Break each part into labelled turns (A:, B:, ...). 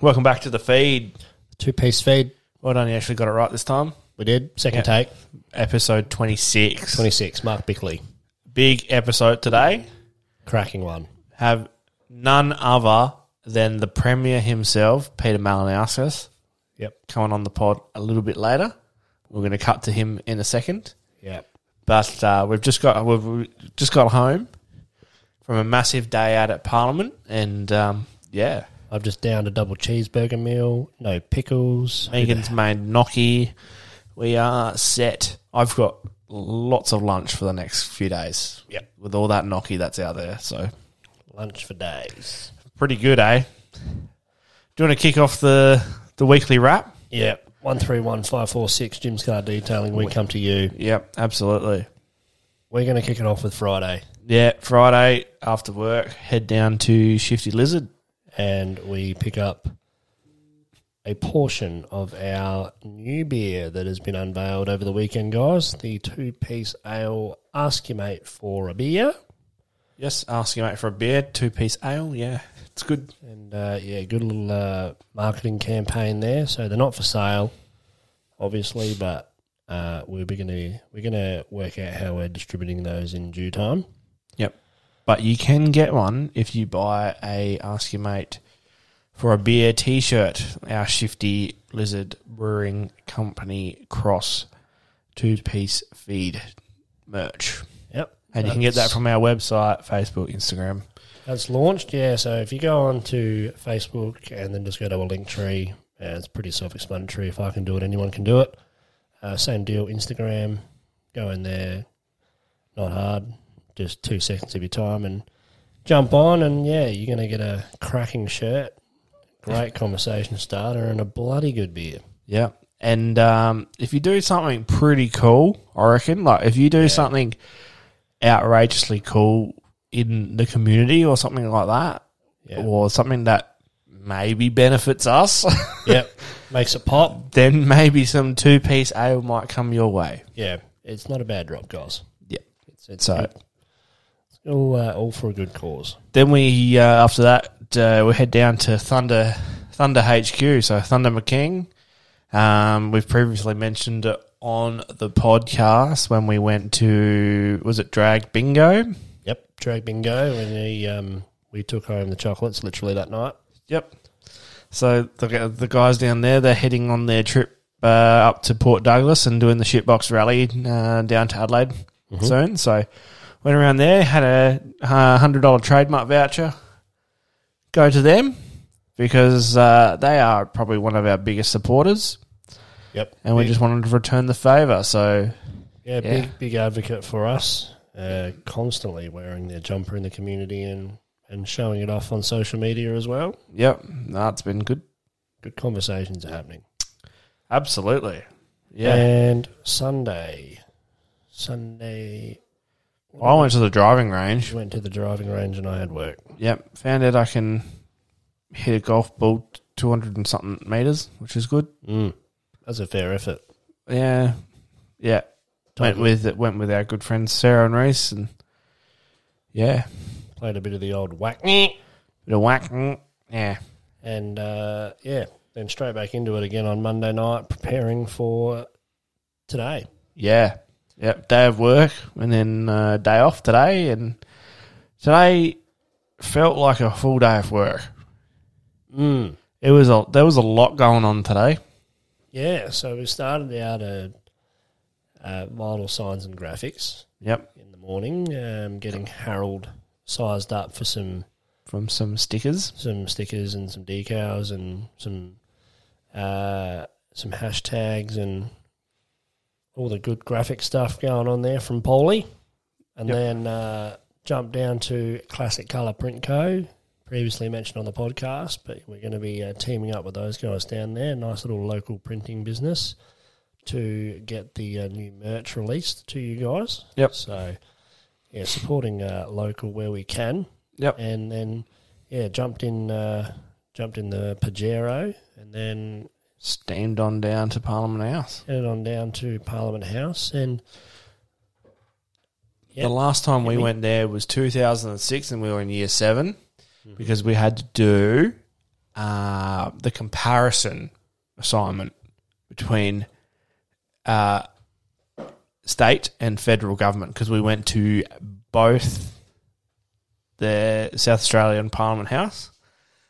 A: Welcome back to the feed.
B: Two piece feed.
A: Well done, you actually got it right this time.
B: We did. Second take.
A: Episode 26.
B: 26. Mark Bickley.
A: Big episode today.
B: Cracking one.
A: Have none other than the Premier himself, Peter Malinowskis,
B: Yep.
A: coming on the pod a little bit later. We're going to cut to him in a second.
B: Yep.
A: But uh, we've just got we've- we've just got home from a massive day out at Parliament, and um, yeah,
B: I've just downed a double cheeseburger meal. No pickles.
A: Megan's made gnocchi. We are set. I've got lots of lunch for the next few days.
B: Yep.
A: With all that gnocchi that's out there. So
B: Lunch for days.
A: pretty good, eh? Do you want to kick off the, the weekly wrap?
B: Yep. One three one five four six. Jim's car detailing. We come to you.
A: Yep, absolutely.
B: We're going to kick it off with Friday,
A: Yeah, Friday after work, head down to Shifty Lizard.
B: and we pick up a portion of our new beer that has been unveiled over the weekend, guys. The two piece ale. Ask your mate for a beer.
A: Yes, ask your mate for a beer, two piece ale. Yeah, it's good.
B: And uh, yeah, good little uh, marketing campaign there. So they're not for sale, obviously, but uh, we're gonna we're gonna work out how we're distributing those in due time.
A: Yep. But you can get one if you buy a Ask Your Mate for a beer t shirt, our Shifty Lizard Brewing Company Cross two piece feed merch.
B: Yep,
A: And you can get that from our website, Facebook, Instagram.
B: that's launched. Yeah, so if you go on to Facebook and then just go to a link tree, uh, it's pretty self-explanatory. If I can do it, anyone can do it. Uh, same deal. Instagram, go in there. Not hard. Just two seconds of your time and jump on, and yeah, you're gonna get a cracking shirt. Great conversation starter and a bloody good beer.
A: Yeah. And um, if you do something pretty cool, I reckon, like if you do something outrageously cool in the community or something like that,
B: Yeah.
A: or something that maybe benefits us,
B: yep, makes it pop.
A: then maybe some two piece ale might come your way.
B: Yeah, it's not a bad drop, guys.
A: Yeah.
B: It's it's
A: So
B: all uh, all for a good cause.
A: then we uh, after that uh, we head down to Thunder Thunder HQ. So Thunder McKing. Um, we've previously mentioned it on the podcast when we went to was it Drag Bingo?
B: Yep, drag bingo, and he, um, we took home the chocolates literally that night.
A: Yep. So the gu- the guys down there they're heading on their trip uh, up to Port Douglas and doing the shitbox rally uh, down to Adelaide soon. So went around there, had a uh, hundred dollar trademark voucher. Go to them because uh, they are probably one of our biggest supporters,
B: Yep,
A: and we just wanted to return the favour. So
B: yeah,
A: yeah.
B: big big advocate for us. Uh, constantly wearing their jumper in the community and and showing it off on social media as well.
A: yep, that's been good.
B: Good conversations are happening.
A: Absolutely, yeah.
B: and Sunday, Sunday
A: I went to the driving range.
B: went to the driving range and I had work.
A: Yep, found out I can hit a golf ball two hundred and something meters, which is good.
B: Mm. That's a fair effort.
A: Yeah, yeah. Went with it. Went with our good friends Sarah and Reese, and yeah,
B: Played a bit of the old whack
A: bit of whack. mm, Yeah,
B: and uh, yeah, then straight back into it again on Monday night, preparing for today.
A: yeah, yep. Day of work and then uh, day off today, and today felt like a full day of work.
B: Mm.
A: It was a there was a lot going on today.
B: Yeah, so we started out at uh, vital signs and graphics
A: Yep,
B: in the morning, um, getting Harold sized up for some
A: from some stickers.
B: some stickers and some decals and some uh, some hashtags and all the good graphic stuff going on there from Polly. And
A: Yep.
B: then uh, jump down to Classic Colour Print Co. Previously mentioned on the podcast, but we're going to be uh, teaming up with those guys down there. Nice little local printing business to get the uh, new merch released to you guys.
A: Yep.
B: So, yeah, supporting uh, local where we can
A: Yep,
B: and then yeah, jumped in uh, jumped in the Pajero and then
A: steamed on down to Parliament House.
B: headed on down to Parliament House and Yeah.
A: The last time we
B: we-
A: went
B: Mm-hmm.
A: there was 2006 and we were in year 7 because we had to do uh, the comparison assignment between uh, state and federal government because we went to both the South Australian Parliament House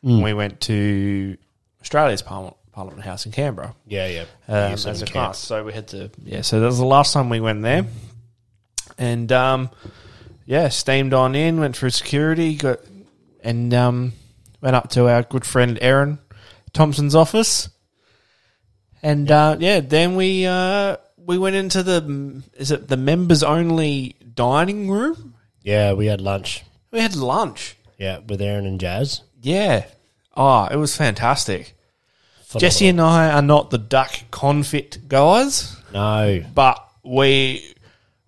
B: Mm.
A: and we went to Australia's Parliament, Parliament House in Canberra
B: Yeah, yeah.
A: um,
B: Use them
A: as a
B: in camp.
A: class. So we had to, yeah. So that was the last time we went there, and um, yeah, steamed on in, went through security, got and um, went up to our good friend Aaron Thompson's office, and uh, yeah, then we uh, we went into the is it the members only dining room?
B: Yeah, we had lunch.
A: We had lunch.
B: Yeah, with Aaron and Jazz.
A: Yeah. Oh, it was fantastic.
B: Phenomenal.
A: Jesse and I are not the duck confit guys.
B: No.
A: but we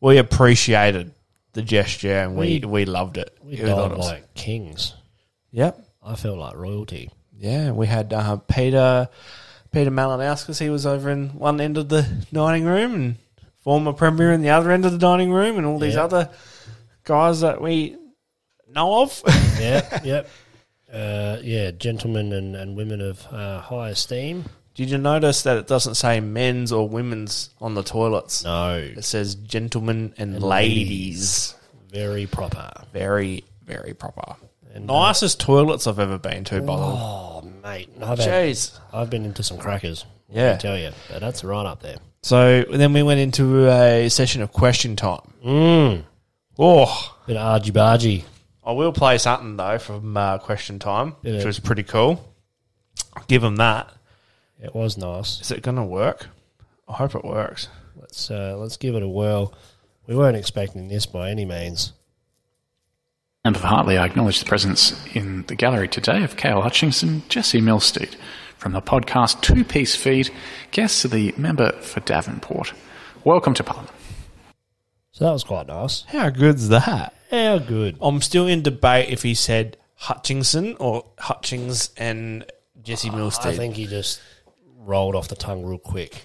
A: we appreciated the gesture and we, we, loved it.
B: We
A: It was
B: died
A: awesome.
B: like kings.
A: Yep.
B: I feel like royalty.
A: Yeah, we had uh, Peter Peter Malinowskis. He was over in one end of the dining room and former premier in the other end of the dining room, and all these
B: Yeah.
A: other guys that we know of.
B: Yeah, yep. Uh, yeah, gentlemen and, and women of uh, high esteem.
A: Did you notice that it doesn't say men's or women's on the toilets?
B: No.
A: It says gentlemen and, ladies.
B: Very proper.
A: Very, very proper. uh, Nicest toilets I've ever been to, by the way.
B: Oh, mate. I've, had,
A: Jeez.
B: I've been into some crackers. I
A: Yeah.
B: tell you. But that's right up there.
A: So then we went into a session of question time.
B: Mm.
A: Oh,
B: Bit of argy bargy.
A: I will play something though from uh, question time,
B: Yeah.
A: which was pretty cool. I'll give them that.
B: It was nice.
A: Is it going to work? I hope it works.
B: Let's uh, let's give it a whirl. We weren't expecting this by any means.
C: Senator Hartley, I acknowledge the presence in the gallery today of Cale Hutchinson, Jesse Milstead, from the podcast Two Piece Feed, guests of the member for Davenport. Welcome to Parliament.
B: So that was quite nice.
A: How good's that?
B: How good.
A: I'm still in debate if he said Hutchinson or Hutchings and Jesse Milstead.
B: I think he just rolled off the tongue real quick.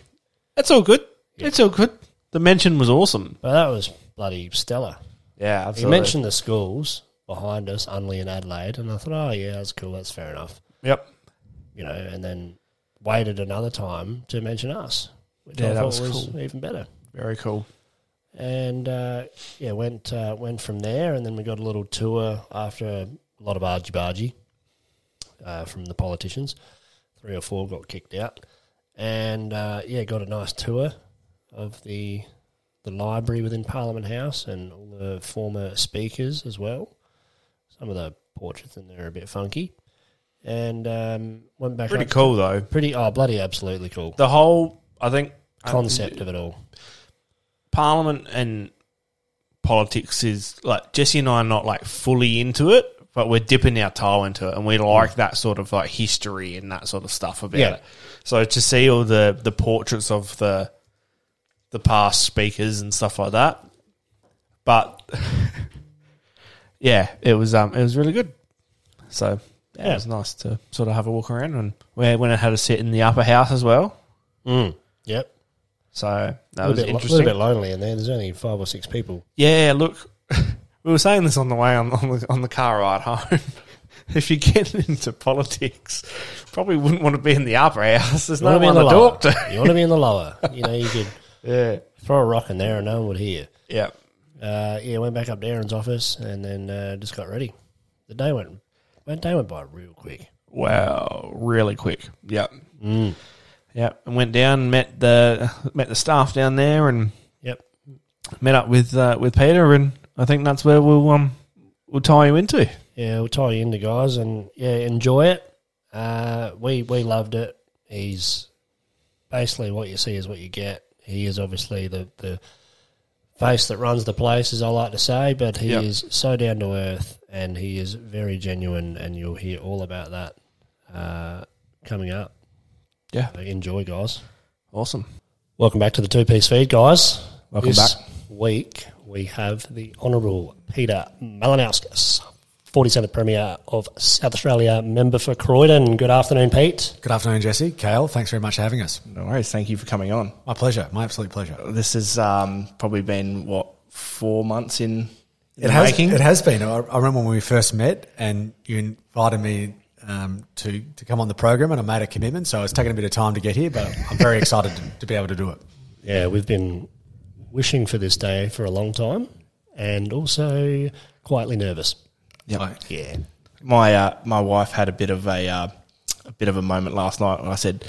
A: That's all good. It's all good. The mention was awesome.
B: But that was bloody stellar.
A: Yeah, absolutely.
B: He mentioned the schools behind us, Unley and Adelaide, and I thought, oh yeah, that's cool, that's fair enough.
A: Yep.
B: You know, and then waited another time to mention us, which
A: Yeah,
B: I
A: that
B: thought
A: was
B: was,
A: cool.
B: even better.
A: Very cool.
B: And uh, yeah, went uh, went from there, and then we got a little tour after a lot of argy bargy uh, from the politicians. Three or four got kicked out, and uh, yeah, got a nice tour of the the library within Parliament House and all the former speakers as well. Some of the portraits in there are a bit funky, and um, went back.
A: Pretty
B: up-
A: cool though.
B: Pretty oh bloody absolutely cool
A: The whole, I think, um,
B: concept of it all.
A: Parliament and politics is like Jesse and I are not like fully into it, but we're dipping our toe into it, and we like that sort of like history and that sort of stuff about
B: Yeah.
A: it. So to see all the the portraits of the the past speakers and stuff like that, but yeah, it was um it was really good. So yeah, it was nice to sort of have a walk around, and we went and had a sit in the upper house as well.
B: Mm. Yep.
A: So that
B: A
A: was
B: bit, lo-
A: interesting.
B: little bit lonely in there. There's only five or six people.
A: Yeah, look, we were saying this on the way on, on, the, on the car ride home. if you get into politics, probably wouldn't want to be in the upper house. There's
B: You
A: no
B: wanna be
A: one
B: in
A: to
B: the
A: talk to.
B: lower. You want to be in the lower. You know, you could
A: Yeah,
B: throw a rock in there and no one would hear.
A: yeah,
B: Uh, yeah, went back up to Aaron's office and then uh, just got ready. The day went, went day went by real quick.
A: wow, really quick. Yep,
B: Mm.
A: yep. And went down, met the met the staff down there, and
B: Yep.
A: met up with uh, with Peter. And I think that's where we'll um we'll tie you into.
B: Yeah, we'll tie you into guys and yeah, enjoy it. Uh, we we loved it. He's basically what you see is what you get. He is obviously the the face that runs the place, as I like to say, but he
A: Yep.
B: is so down to earth and he is very genuine, and you'll hear all about that uh, coming up.
A: Yeah,
B: Enjoy, guys.
A: awesome.
B: Welcome back to the two piece feed, guys.
A: Welcome
B: this
A: back.
B: Week we have the Honourable Peter Malinowskis, 47th Premier of South Australia, member for Croydon. Good afternoon, Pete.
D: Good afternoon, Jesse. Kale, thanks very much for having us.
A: No worries. Thank you for coming on.
D: My pleasure. My absolute pleasure.
A: This has um, probably been what four months in. in
D: It
A: the
D: has,
A: making?
D: it has been. I, I remember when we first met and you invited me um, to to come on the program, and I made a commitment. So it's taken a bit of time to get here, but I'm very excited to, to be able to do it.
B: Yeah, we've been wishing for this day for a long time and also quietly nervous.
D: So,
B: Yeah.
E: my uh, my wife had a bit of a uh, a bit of a moment last night when I said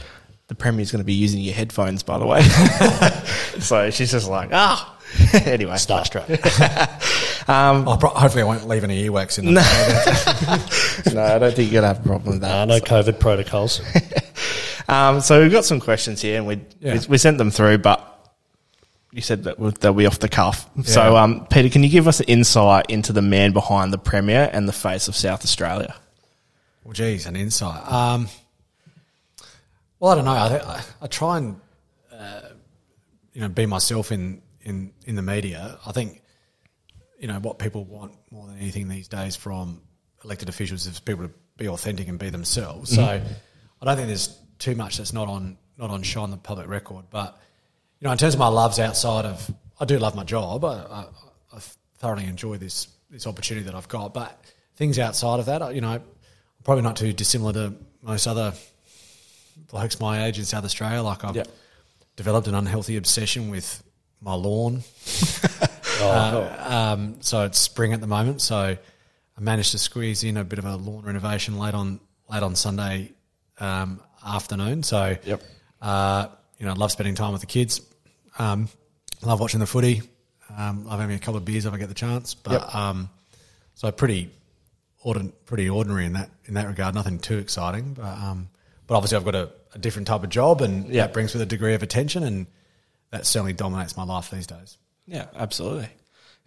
E: the premier's going to be using your headphones, by the way. so she's just like, ah. anyway,
B: Starstruck.
D: I'll pro- hopefully, I won't leave any earwax in the
E: no, I don't think you're going to have a problem with that.
B: uh, no COVID protocols.
E: Um, so we've got some questions here, and we,
D: Yeah.
E: we we sent them through, but you said that we- they'll be off the cuff. So, um, Peter, can you give us an insight into the man behind the premier and the face of South Australia?
D: Well, geez, an insight. Um, well, I don't know. I, th- I, I try and uh, you know be myself in in in the media. I think you know what people want more than anything these days from elected officials is people to be authentic and be themselves. So I don't think there's too much that's not on not on show on the public record. But you know, in terms of my loves outside of, I do love my job. I, I, I thoroughly enjoy this this opportunity that I've got. But things outside of that, you know, probably not too dissimilar to most other blokes my age in South Australia. Like I've developed an unhealthy obsession with my lawn. Uh, um, so it's spring at the moment, so I managed to squeeze in a bit of a lawn renovation late on late on Sunday um, afternoon. So
E: Yep.
D: uh, you know, I love spending time with the kids. Um, love watching the footy. Um, love having a couple of beers if I get the chance. But um, so pretty, ordin- pretty ordinary in that in that regard. Nothing too exciting, but um, but obviously I've got a, a different type of job, and
E: Yeah.
D: that brings with a degree of attention, and that certainly dominates my life these days.
E: Yeah, absolutely.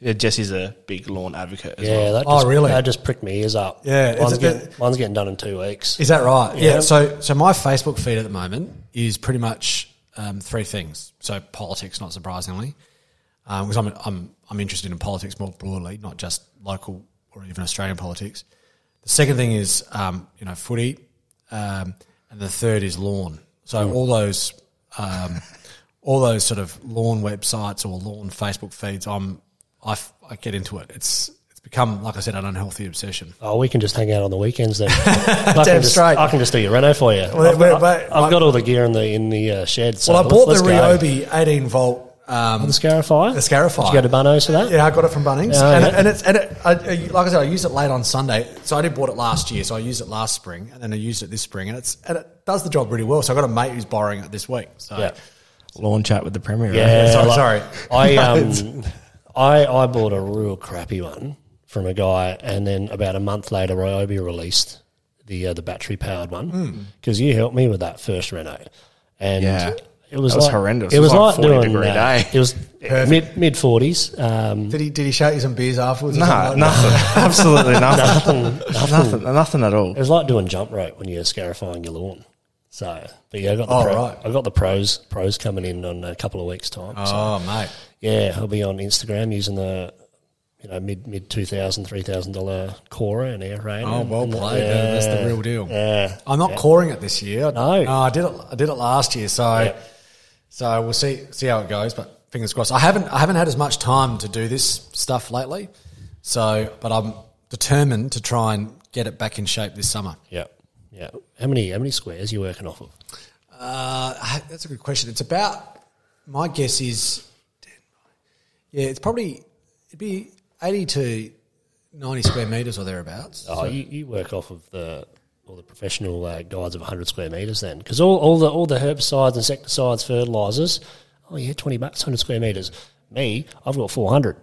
E: Yeah, Jesse's a big lawn advocate as
B: Yeah,
E: well.
B: that
D: Oh,
B: just,
D: really?
B: That just pricked my ears up.
D: Yeah, it's
B: one's,
D: a
B: getting,
D: bit-
B: one's getting done in two weeks.
D: Is that right? Yeah.
B: Yeah.
D: So, so my Facebook feed at the moment is pretty much um, three things. So politics, not surprisingly, because I'm, I'm I'm interested in politics more broadly, not just local or even Australian politics. The second thing is um, you know footy, um, and the third is lawn. So all those um, all those sort of lawn websites or lawn Facebook feeds, I'm I, f- I get into it. It's it's become like I said an unhealthy obsession.
B: Oh, we can just hang out on the weekends then. I can
D: Damn
B: just,
D: straight.
B: I can just do your reno for you.
D: Well,
B: I've,
D: wait,
B: I-
D: wait,
B: I've
D: wait.
B: got all the gear in the in the uh, shed. So
D: Well, I
B: let-
D: bought
B: let's
D: the
B: go.
D: Ryobi 18 volt. Um,
B: The Scarifier?
D: The Scarifier.
B: Did you go to Barnos for that?
D: yeah, I got it from Bunnings,
B: Oh,
D: and,
B: yeah.
D: it, and it's and it, I, I- like I said, I used it late on Sunday. So I did bought it last year, so I used it last spring, and then I used it this spring, and it's and it does the job really well. So I got a mate who's borrowing it this week. So
B: Yeah.
E: Lawn chat with the premier.
B: Yeah,
D: sorry,
B: like-
D: sorry.
B: I um, I I bought a real crappy one from a guy, and then about a month later, Ryobi released the uh, the battery powered
D: Hmm.
B: one because you helped me with that first Renault, and
E: Yeah.
B: it was,
E: That was
B: like-
E: horrendous.
B: It, was, like, 40 doing
E: degree
B: uh,
E: day.
B: It was mid mid forties. Um,
D: did he did he shout you some beers afterwards? or something
E: No,
D: like
E: nothing. Absolutely nothing. nothing. Nothing at all.
B: it was like doing jump rope when you're scarifying your lawn. So, but yeah, I got the
D: Oh,
B: pro-
D: right.
B: I got the pros pros coming in on a couple of weeks time.
D: that?
B: so-
D: Oh mate,
B: Yeah, he'll be on Instagram using the you know mid mid two thousand three thousand dollar Cora and air raid.
D: oh
B: and-
D: well
B: and that-
D: played. Yeah, that's the real deal.
B: Yeah,
D: I'm not coring it this year.
B: No.
D: I did it. I did it last year. So,
B: Yeah.
D: so we'll see see how it goes. But fingers crossed. I haven't I haven't had as much time to do this stuff lately. So, but I'm determined to try and get it back in shape this summer.
B: yeah, yeah. How many how many squares you working off of?
D: Uh, I- that's a good question. It's about my guess is, yeah, it's probably it'd be eighty to ninety square meters or thereabouts.
B: Oh, you, you work off of the all the professional uh, guides of hundred square meters then, because all, all the all the herbicides, insecticides, fertilizers. Oh yeah, twenty bucks, hundred square meters. Me, I've got four hundred.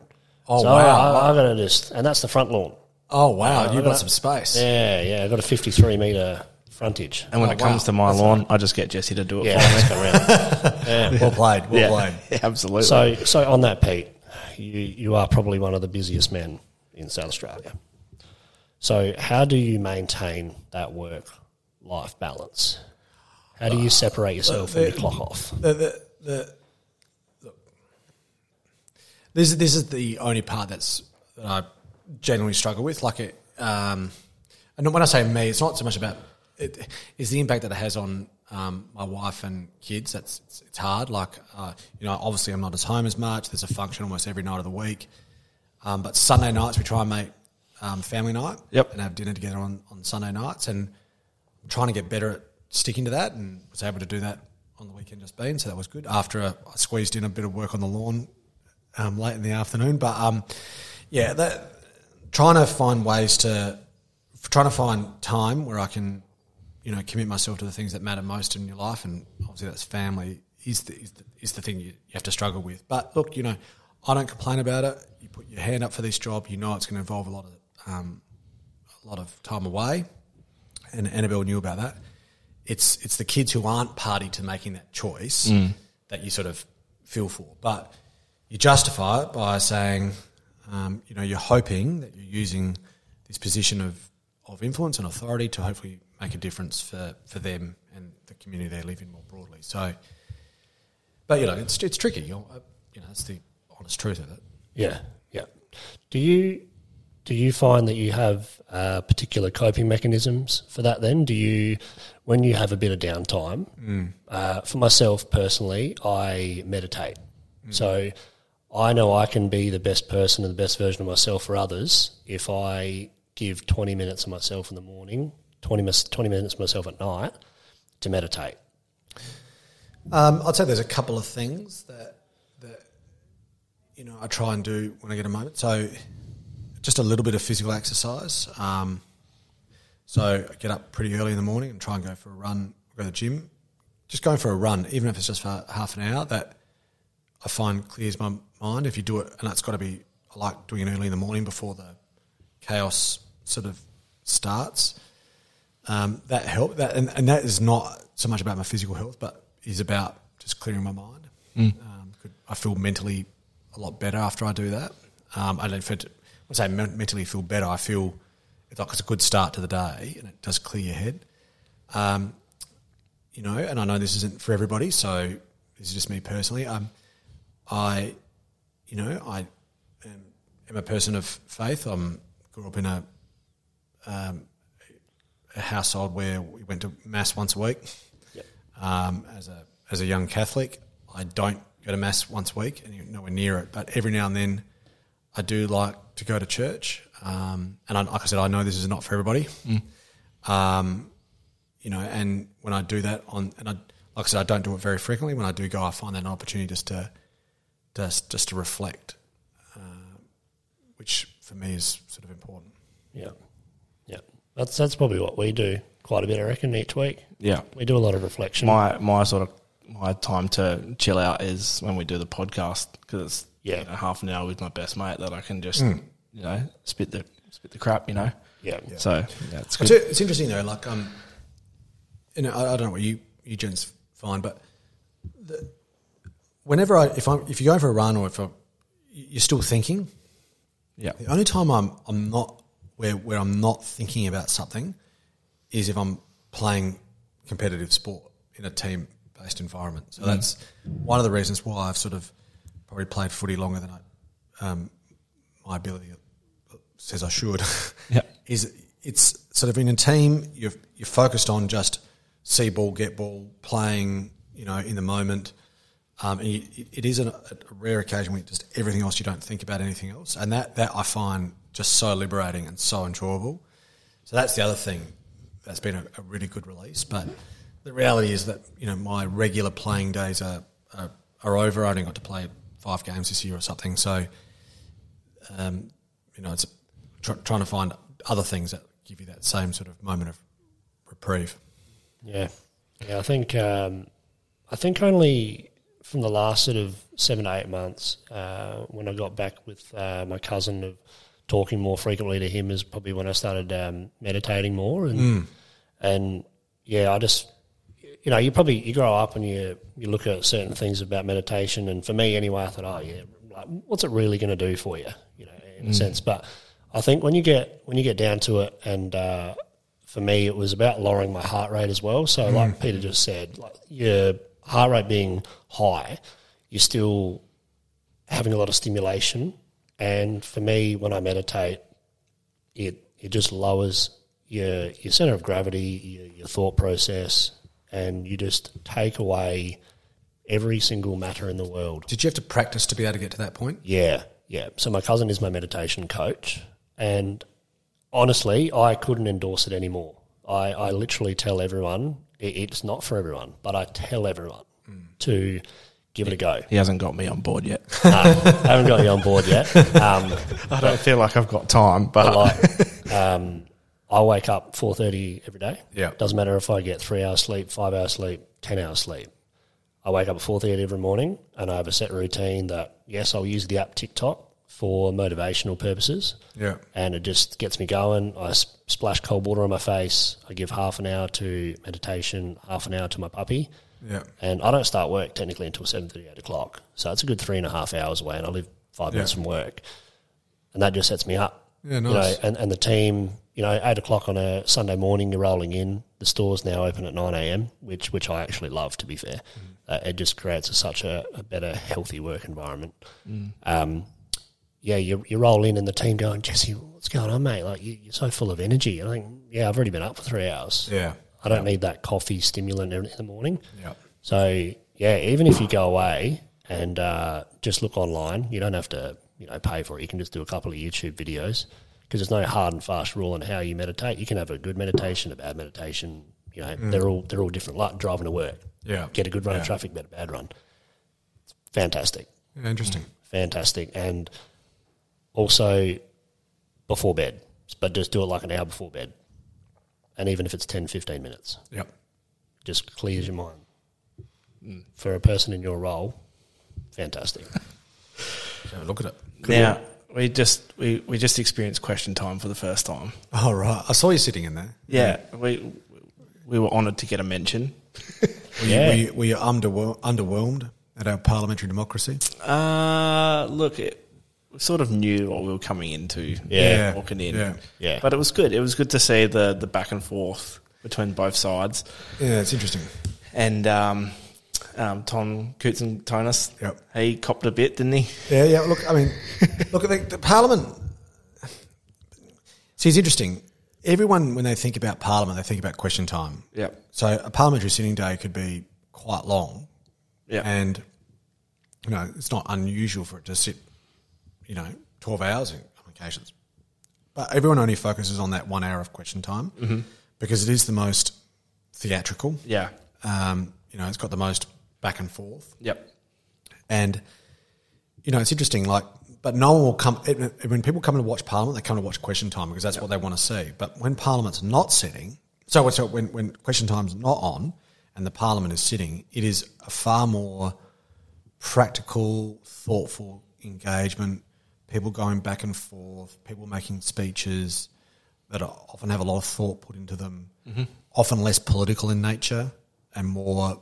D: Oh,
B: so
D: wow.
B: I, I'm gonna just and that's the front lawn.
D: Oh wow, you've got some space.
B: uh, Yeah, yeah. I've got a fifty three meter frontage.
E: And when
D: Oh,
E: it comes
D: wow.
E: to my lawn, I just get Jesse to do it
B: Yeah,
E: for me.
B: let's go around.
D: Well played. Well
E: Yeah,
D: played.
E: yeah, absolutely.
B: So, so on that, Pete, you, you are probably one of the busiest men in South Australia. So, how do you maintain that work life balance? How do you separate yourself from your clock off?
D: the, the, the look. this is this is the only part that's that I genuinely struggle with. Like it, um, and when I say me, it's not so much about it. Is the impact that it has on um, my wife and kids? That's it's, it's hard. Like uh, you know, obviously I'm not as home as much. There's a function almost every night of the week, um, but Sunday nights we try and make um, family night
E: Yep.
D: and have dinner together on, on Sunday nights and trying to get better at sticking to that, and was able to do that on the weekend just been. So that was good. After uh, I squeezed in a bit of work on the lawn um, late in the afternoon, but um, yeah, that trying to find ways to trying to find time where I can, you know, commit myself to the things that matter most in your life, and obviously that's family is the is the, is the thing you, you have to struggle with. But look, you know, I don't complain about it. You put your hand up for this job, you know it's going to involve a lot of um, a lot of time away, and Annabelle knew about that. It's it's the kids who aren't party to making that choice that you sort of feel for, but you justify it by saying, um, you know, you're hoping that you're using this position of of influence and authority to hopefully make a difference for for them and the community they live in more broadly. So, but you know, it's it's tricky. You're, uh, you know, that's the honest truth of it.
B: Yeah, yeah. Do you do you find that you have uh, particular coping mechanisms for that? Then do you, when you have a bit of downtime? Uh, for myself personally, I meditate, so I know I can be the best person and the best version of myself for others if I give twenty minutes of myself in the morning, 20, mis- 20 minutes of myself at night to meditate.
D: Um, I'd say there's a couple of things that that you know I try and do when I get a moment. So just a little bit of physical exercise. Um, so I get up pretty early in the morning and try and go for a run, go to the gym. Just going for a run, even if it's just for half an hour, that I find clears my mind. If you do it, and that's got to be I like doing it early in the morning before the chaos sort of starts um, that help that and, and that is not so much about my physical health but is about just clearing my mind um, could, i feel mentally a lot better after i do that um, i don't feel when i say men- mentally feel better i feel it's like it's a good start to the day and it does clear your head um, you know and i know this isn't for everybody so this is just me personally um, i you know i am, am a person of faith i'm grew up in a a household where we went to mass once a week. Um, as a as a young Catholic, I don't go to mass once a week, and you're nowhere near it. But every now and then, I do like to go to church. Um, and I, like I said, I know this is not for everybody. Um, you know, and when I do that on, and I like I said, I don't do it very frequently. When I do go, I find that an opportunity just to just just to reflect, uh, which for me is sort of important.
B: Yeah, yeah. That's that's probably what we do quite a bit. I reckon each week
E: Yeah.
B: we do a lot of reflection.
E: my my sort of my time to chill out is when we do the podcast because it's
B: Yeah.
E: you know, half an hour with my best mate that I can just you know spit the spit the crap you know
B: yeah,
E: so Hmm. yeah it's
D: It's,
E: good
D: it's interesting though, like um, you know, I, I don't know what you you gents find, but the, whenever I if I'm if you go for a run or if I, you're still thinking,
E: yeah
D: the only time I'm I'm not where where I'm not thinking about something is if I'm playing competitive sport in a team based environment. So that's one of the reasons why I've sort of probably played footy longer than I, um, my ability says I should.
E: Yeah.
D: is it's sort of in a team you're you're focused on just see ball, get ball, playing you know in the moment. Um, and you, it- it is an, a rare occasion when just everything else you don't think about anything else, and that that I find just so liberating and so enjoyable. So that's the other thing that's been a, a really good release. But the reality is that you know my regular playing days are are, are over. I only got to play five games this year or something. So um, you know it's tr- trying to find other things that give you that same sort of moment of reprieve.
B: yeah, yeah. I think um, I think only from the last sort of seven to eight months uh, when I got back with uh, my cousin of talking more frequently to him is probably when I started um, meditating more and and yeah, I just you know you probably you grow up and you you look at certain things about meditation and for me anyway I thought oh yeah like, what's it really going to do for you you know in a sense but I think when you get when you get down to it and uh, for me it was about lowering my heart rate as well so like Peter just said like your heart rate being high you're still having a lot of stimulation and for me when I meditate it it just lowers your your center of gravity, your, your thought process, and you just take away every single matter in the world.
D: Did you have to practice to be able to get to that point?
B: Yeah, yeah. So my cousin is my meditation coach, and honestly, I couldn't endorse it anymore. I, I literally tell everyone it, it's not for everyone, but I tell everyone to give it a go.
E: He hasn't got me on board yet.
B: I haven't got you on board yet. Um,
E: I don't feel like I've got time, but
B: but like, um, I wake up four thirty every day.
D: Yeah.
B: doesn't matter if I get three hours sleep, five hours sleep, ten hours sleep. I wake up at four thirty every morning, and I have a set routine that yes, I'll use the app TikTok for motivational purposes.
D: Yeah.
B: and it just gets me going. I s- splash cold water on my face. I give half an hour to meditation, half an hour to my puppy.
D: Yeah.
B: And I don't start work technically until seven thirty, eight o'clock. So it's a good three and a half hours away, and I live five minutes from work. And that just sets me up.
D: Yeah,
B: You know,
D: nice.
B: and, and the team, you know, eight o'clock on a Sunday morning, you're rolling in. The store's now open at 9 a.m., which, which I actually love, to be fair.
D: Mm.
B: Uh, it just creates a, such a, a better, healthy work environment.
D: Mm.
B: Um, yeah, you, you roll in and the team going, Jesse, what's going on, mate? Like, you, you're so full of energy. I think, yeah, I've already been up for three hours.
D: Yeah.
B: I don't need that coffee stimulant in in the morning.
D: Yeah.
B: So yeah, even if you go away and uh, just look online, you don't have to you know pay for it. You can just do a couple of YouTube videos because there's no hard and fast rule on how you meditate. You can have a good meditation, a bad meditation. You know, they're all they're all different. Like driving to work,
D: Mm. Yeah.
B: get a good run
D: Yeah.
B: of traffic, get a bad run. It's fantastic
D: Yeah, interesting.
B: fantastic. And also before bed, but just do it like an hour before bed. And even if it's 10, 15 minutes,
D: Yeah.
B: just clears your mind.
D: Mm.
B: For a person in your role, fantastic.
D: So look at it.
E: now we just we, we just experienced question time for the first time.
D: Oh, right. I saw you sitting in there.
E: Yeah, we we were honoured to get a mention.
D: Were
B: Yeah.
D: you, were you, were you underwhel- underwhelmed at our parliamentary democracy?
E: Uh look, it, we sort of knew what we were coming into.
B: Yeah.
E: walking in.
D: Yeah.
B: Yeah.
E: but it was good. It was good to see the the back and forth between both sides.
D: Yeah, it's interesting.
E: And um, um, Tom Coots and Tonus,
D: Yep.
E: he copped a bit, didn't he?
D: Yeah, yeah. Look, I mean, look, the, the Parliament. See, it's interesting. Everyone, when they think about Parliament, they think about question time.
E: Yep.
D: So a parliamentary sitting day could be quite long,
E: Yeah,
D: and you know it's not unusual for it to sit, you know, twelve hours on occasions. But everyone only focuses on that one hour of question time
E: Mm-hmm.
D: because it is the most theatrical.
E: yeah,
D: Um, you know, it's got the most back and forth.
E: yep,
D: And you know, it's interesting. Like, but no one will come it- when people come to watch Parliament. They come to watch Question Time because that's what they want to see. But when Parliament's not sitting, so, so when when Question Time's not on and the Parliament is sitting, it is a far more practical, thoughtful engagement. People going back and forth, people making speeches that are, often have a lot of thought put into them, often less political in nature and more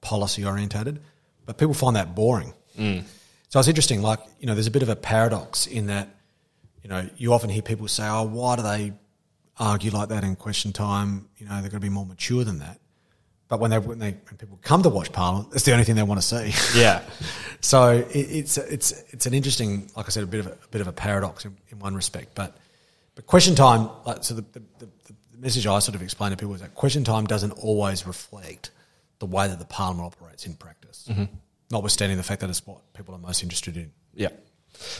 D: policy orientated. But people find that boring. So it's interesting. Like you know, there's a bit of a paradox in that. You know, you often hear people say, "Oh, why do they argue like that in question time?" You know, they're going to be more mature than that. But when they when they when people come to watch Parliament, it's the only thing they want to see.
E: yeah,
D: so it, it's it's it's an interesting, like I said, a bit of a, a bit of a paradox in, in one respect. But but question time. Like, so the, the, the, the message I sort of explain to people is that question time doesn't always reflect the way that the Parliament operates in practice, notwithstanding the fact that it's what people are most interested in.
E: yeah.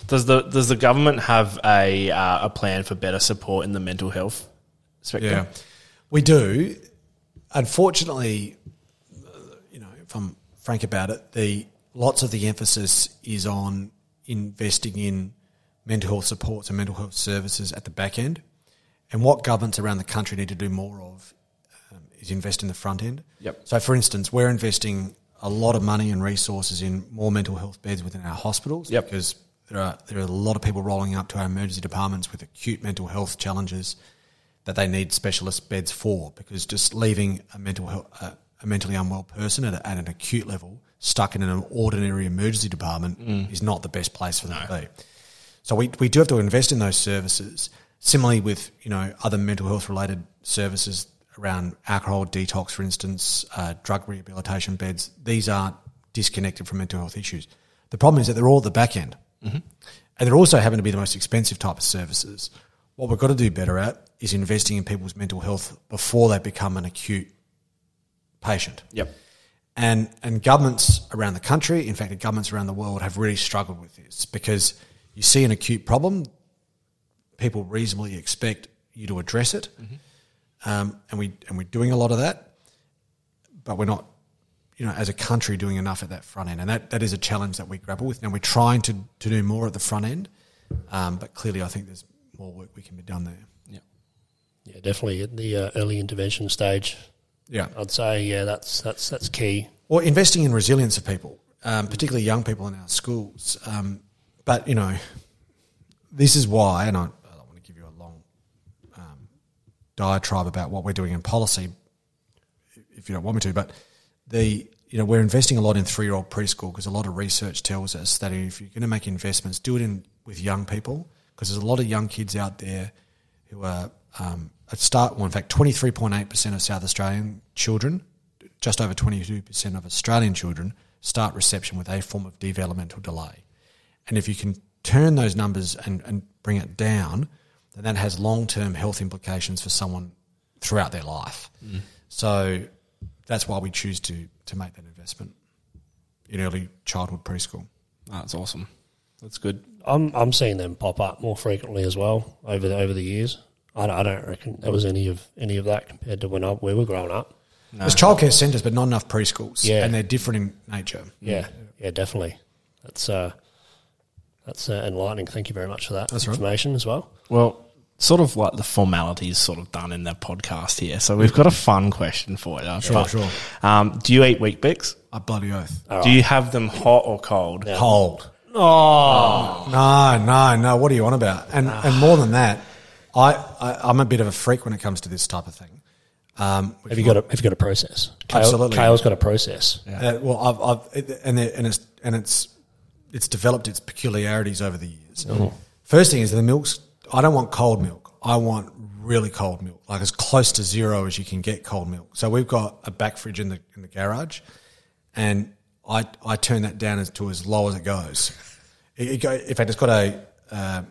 E: Does the does the government have a uh, a plan for better support in the mental health spectrum?
D: Yeah, we do. Unfortunately, uh, you know, if I'm frank about it, the lots of the emphasis is on investing in mental health supports and mental health services at the back end, and what governments around the country need to do more of um, is invest in the front end.
E: Yep.
D: So, for instance, we're investing a lot of money and resources in more mental health beds within our hospitals
E: Yep.
D: because there are there are a lot of people rolling up to our emergency departments with acute mental health challenges that they need specialist beds for because just leaving a mental health, uh, a mentally unwell person at, a, at an acute level stuck in an ordinary emergency department is not the best place for them to be. So we, we do have to invest in those services. Similarly, with you know other mental health related services around alcohol detox, for instance, uh, drug rehabilitation beds, these aren't disconnected from mental health issues. The problem is that they're all at the back end, and they're also happen to be the most expensive type of services. What we've got to do better at is investing in people's mental health before they become an acute patient
E: Yep.
D: and and governments around the country, in fact, the governments around the world have really struggled with this because you see an acute problem, people reasonably expect you to address it, um, and we and we're doing a lot of that, but we're not, you know, as a country doing enough at that front end, and that, that is a challenge that we grapple with. Now we're trying to to do more at the front end, um, but clearly I think there's more work we can be done there.
B: Yeah, definitely at the uh, early intervention stage.
D: Yeah,
B: I'd say yeah, that's that's that's key.
D: Well, investing in resilience of people, um, particularly young people in our schools. Um, but you know, this is why, and I, I don't want to give you a long um, diatribe about what we're doing in policy, if you don't want me to. But the you know we're investing a lot in three year old preschool because a lot of research tells us that if you're going to make investments, do it in with young people because there's a lot of young kids out there who are um, at start. Well, in fact, twenty three point eight percent of South Australian children, just over twenty two percent of Australian children start reception with a form of developmental delay, and if you can turn those numbers and, and bring it down, then that has long term health implications for someone throughout their life.
B: Mm-hmm.
D: So that's why we choose to to make that investment in early childhood preschool.
E: Ah, That's awesome. That's good.
B: I'm I'm seeing them pop up more frequently as well over the, over the years. I don't, I don't reckon there was any of any of that compared to when I, we were growing up.
D: There's childcare centres, but not enough preschools,
B: Yeah.
D: and they're different in nature.
B: Yeah, yeah, definitely. That's uh, that's uh, enlightening. Thank you very much for that information as well.
E: Well, sort of like the formalities sort of done in the podcast here. So we've got a fun question for you. Sure,
D: sure.
E: Um, do you eat wheat bix?
D: I bloody oath.
B: Uh,
E: do you have them hot or cold?
D: Cold. Oh. no, no, no! What are you on about? And and more than that, I, I I'm a bit of a freak when it comes to this type of thing. Um,
B: Have you got a Have you got a process? Kale,
D: Absolutely.
B: Kale's got a process.
D: Uh, well, I've, I've it- and it, and it's and it's it's developed its peculiarities over the years. First thing is the milks. I don't want cold milk. I want really cold milk, like as close to zero as you can get cold milk. So we've got a back fridge in the in the garage, and I I turn that down as to as low as it goes. It, it go, in fact, it's got a uh,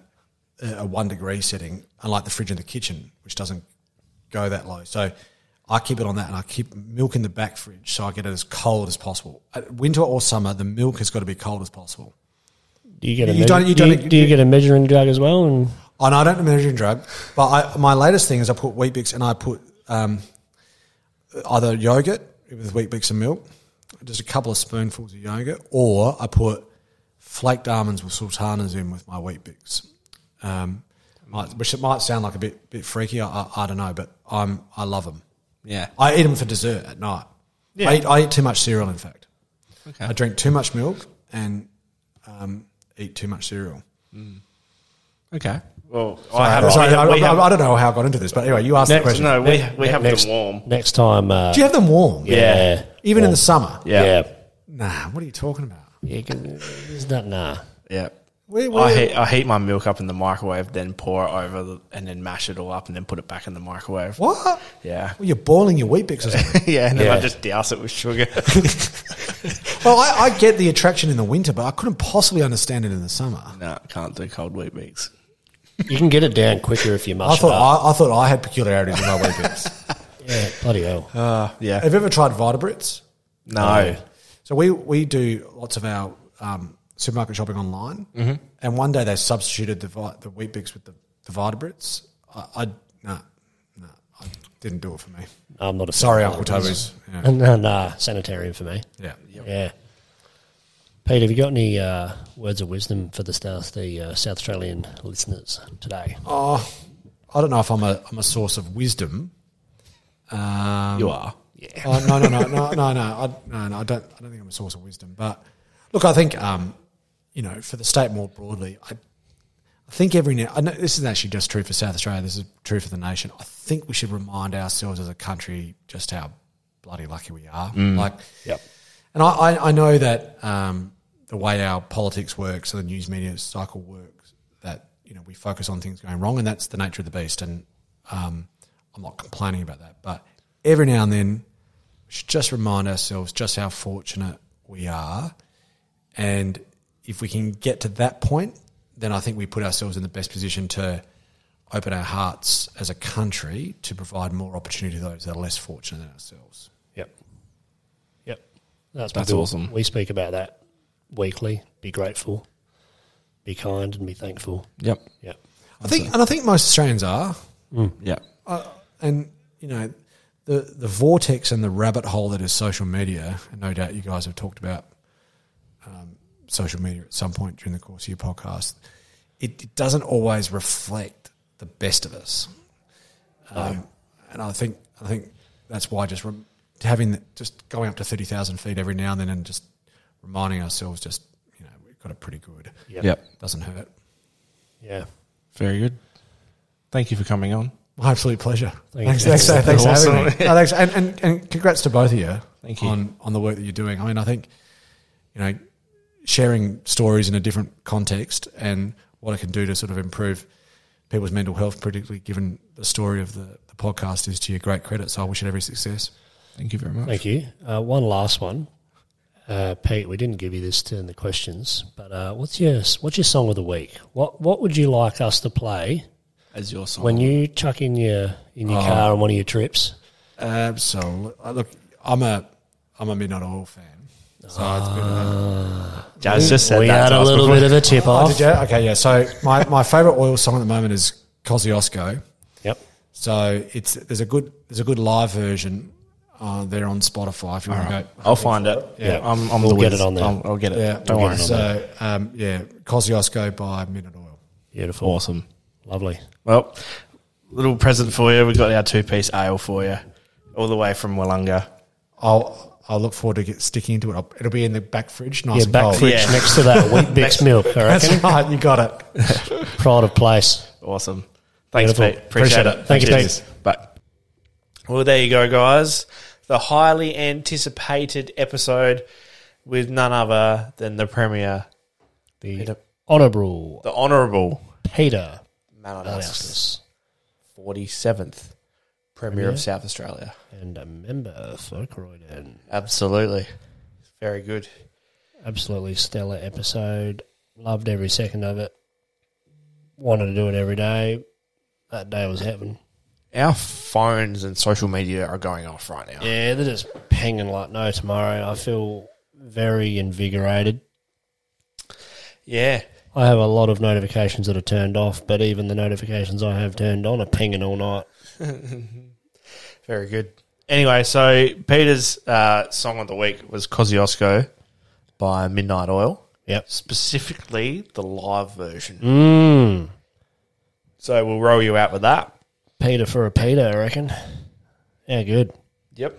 D: a one degree setting, unlike the fridge in the kitchen, which doesn't go that low. So I keep it on that, and I keep milk in the back fridge, so I get it as cold as possible. Uh, Winter or summer, the milk has got to be cold as possible.
B: Do you get a
D: You
B: measure-
D: don't- you
B: do, you,
D: don't-
B: do you get a measuring jug as well? And
D: And I don't do measuring drug, but I, my latest thing is I put wheat bix and I put um, either yogurt with wheat bix and milk, just a couple of spoonfuls of yogurt, or I put flaked almonds with sultanas in with my wheat bix. Um, might, which it might sound like a bit bit freaky, I, I, I don't know, but I'm I love them.
E: Yeah.
D: I eat them for dessert at night. I, eat, I eat too much cereal, in fact.
E: Okay.
D: I drink too much milk and um, eat too much cereal.
E: Okay. Well,
D: I,
E: I have.
D: sorry,
E: we
D: I, I-
E: have-
D: I don't know how I got into this, but anyway, you asked the
E: next,
D: question.
E: no, we, we have
B: next,
E: them warm.
B: Next time, uh,
D: Do you have them warm?
B: yeah,
D: Even in the summer?
B: yeah,
E: Yeah.
D: Nah, what are you talking about?
B: You can- Isn't that nah?
E: Yeah.
D: We- we-
E: I heat, I heat my milk up in the microwave, then pour it over, the, and then mash it all up, and then put it back in the microwave.
D: What?
E: Yeah,
D: Well, you're boiling your wheat bix or something.
E: yeah, and then I
B: Yeah.
E: just douse it with sugar.
D: well, I, I get the attraction in the winter, but I couldn't possibly understand it in the summer.
E: no, can't do cold wheat mix.
B: You can get it down quicker if you
D: I
B: mush it
D: thought
B: up.
D: I, I thought I had peculiarities in my wheat bix.
B: yeah, bloody hell.
D: Uh,
E: Yeah,
D: Have you ever tried Vitabrits?
E: no,
D: So we we do lots of our um, supermarket shopping online,
E: Mm-hmm.
D: and one day they substituted the vi- the wheat bix with the, the Vitabrits. I, I nah, nah, I didn't do it for me.
B: I'm not a
D: Sorry, Uncle Toby's. Yeah.
B: No, nah, sanitarium for me.
D: yeah.
B: Yeah. Pete, have you got any uh, words of wisdom for the South, the uh, South Australian listeners today?
D: Oh, I don't know if I'm a I'm a source of wisdom. Um,
E: you are.
D: Yeah. Oh, no, no, no, no, no, no. I, no, no. I don't. I don't think I'm a source of wisdom. But look, I think um, you know, for the state more broadly, I, I think every now. I know this is actually just true for South Australia. This is true for the nation. I think we should remind ourselves as a country just how bloody lucky we are. Like,
B: Yep.
D: and I, I, I know that um, the way our politics works and the news media cycle works, that you know we focus on things going wrong, and that's the nature of the beast. And um, I'm not complaining about that, but every now and then, we should just remind ourselves just how fortunate we are, and if we can get to that point, then I think we put ourselves in the best position to open our hearts as a country to provide more opportunity to those that are less fortunate than ourselves.
B: Yep. Yep. That's,
E: That's
B: probably-
E: awesome.
B: We speak about that weekly. Be grateful, be kind, and be thankful.
E: Yep,
B: Yep.
D: I think, and I think most Australians are.
E: yep.
D: I- and you know, the the vortex and the rabbit hole that is social media. And no doubt you guys have talked about um, social media at some point during the course of your podcast. It, it doesn't always reflect the best of us, um, and I think I think that's why just rem- having the, just going up to thirty thousand feet every now and then and just reminding ourselves, just you know, we've got it pretty good.
B: Yep.
E: Yep.
D: Doesn't hurt.
B: Yeah.
E: Very good. Thank you for coming on.
D: My absolute pleasure.
B: Thank
D: thanks,
B: you.
D: thanks, thanks, for
E: Awesome.
D: having me. No, thanks, and, and, and congrats to both of you,
E: Thank you.
D: on on the work that you're doing. I mean, I think you know sharing stories in a different context and what it can do to sort of improve people's mental health, particularly given the story of the, the podcast, is to your great credit. So I wish it every success.
E: Thank you very much.
B: Thank you. Uh, one last one. Uh, Pete, we didn't give you this in the questions, but uh, what's your what's your song of the week? What what would you like us to play
E: As your song. Oh.
B: when you chuck in your in your car on one of your trips?
D: Absolutely. Look, I'm a I'm a Midnight Oil fan. So it's been
E: Jazz just said
B: we
E: that.
B: had
E: to
B: a
E: us
B: little
E: before.
B: bit of a tip
D: Oh,
B: off.
D: did you? Okay, yeah. So my, my favorite oil song at the moment is Kosciuszko.
B: Yep.
D: So it's there's a good there's a good live version uh, there on Spotify if you want to go.
B: Oh,
E: I'll find it. Yeah, I'm, I'm
B: We'll
E: the
B: get
E: whiz.
B: it on there.
E: I'll, I'll get it.
D: Yeah,
E: Don't worry.
D: So um, yeah, Kosciuszko by Minute Oil.
B: Beautiful.
E: Awesome.
B: Lovely.
E: Well, little present for you. We've got our two piece ale for you, all the way from Wollonga.
D: I'll I'll look forward to get sticking into it. I'll, it'll be in the back fridge, nice
B: Yeah,
D: and
B: back
D: cold.
B: fridge
E: Yeah.
B: next to that wheat bix milk. I reckon.
D: That's right. You got it.
B: Pride of place.
E: Awesome. Thanks,
B: Beautiful.
E: Pete. Appreciate,
B: Appreciate
E: it.
B: it. Thank you,
E: Cheers. Bye. Well, there you go, guys. The highly anticipated episode with none other than the Premier,
B: The
E: Peter.
B: honourable
E: the Honourable
B: Peter
E: Mananas,
B: Manauskas
E: 47th Premier of South Australia.
B: and a member for Croydon.
E: Absolutely. Very good.
B: Absolutely stellar episode. Loved every second of it. Wanted to do it every day. That day was heaven.
E: Our phones and social media are going off right now.
B: Yeah, they're just pinging like no tomorrow. I feel very invigorated.
E: Yeah.
B: I have a lot of notifications that are turned off, but even the notifications I have turned on are pinging all night.
E: Very good. Anyway, so Peter's uh, song of the week was Kosciuszko by Midnight Oil,
B: Yep.
E: specifically the live version.
B: Mm.
E: So we'll roll you out with that.
B: Peter for a Peter, I reckon. Yeah, good.
E: Yep.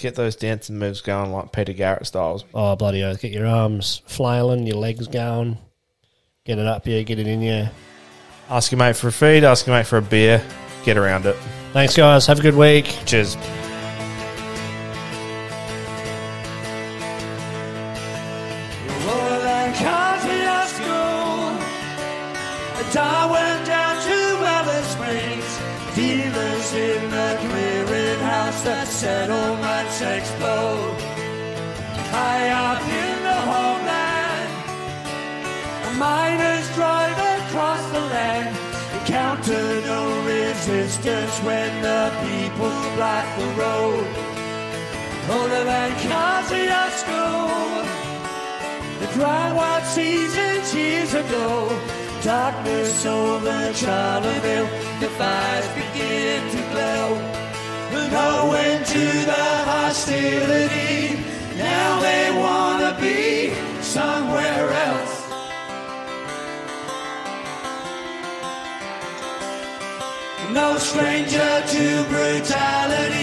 E: Get those dancing moves going like Peter Garrett styles.
B: Oh, bloody oath. Get your arms flailing, your legs going. Get it up here, get it in here.
E: Ask your mate for a feed, ask your mate for a beer, get around it.
B: Thanks, guys. Have a good week.
E: Cheers.
F: More than Kosciuszko. And I went down to Alice Springs. Dealers in the clearing house that settlements explode. High up in the homeland, miners drive across the land. Encounter no resistance when the people block the road. Older than Kosciuszko. The dry white seasons years ago. Darkness over Charleville, the fires begin to glow. And owing to the hostility, now they wanna be somewhere else. No stranger to brutality.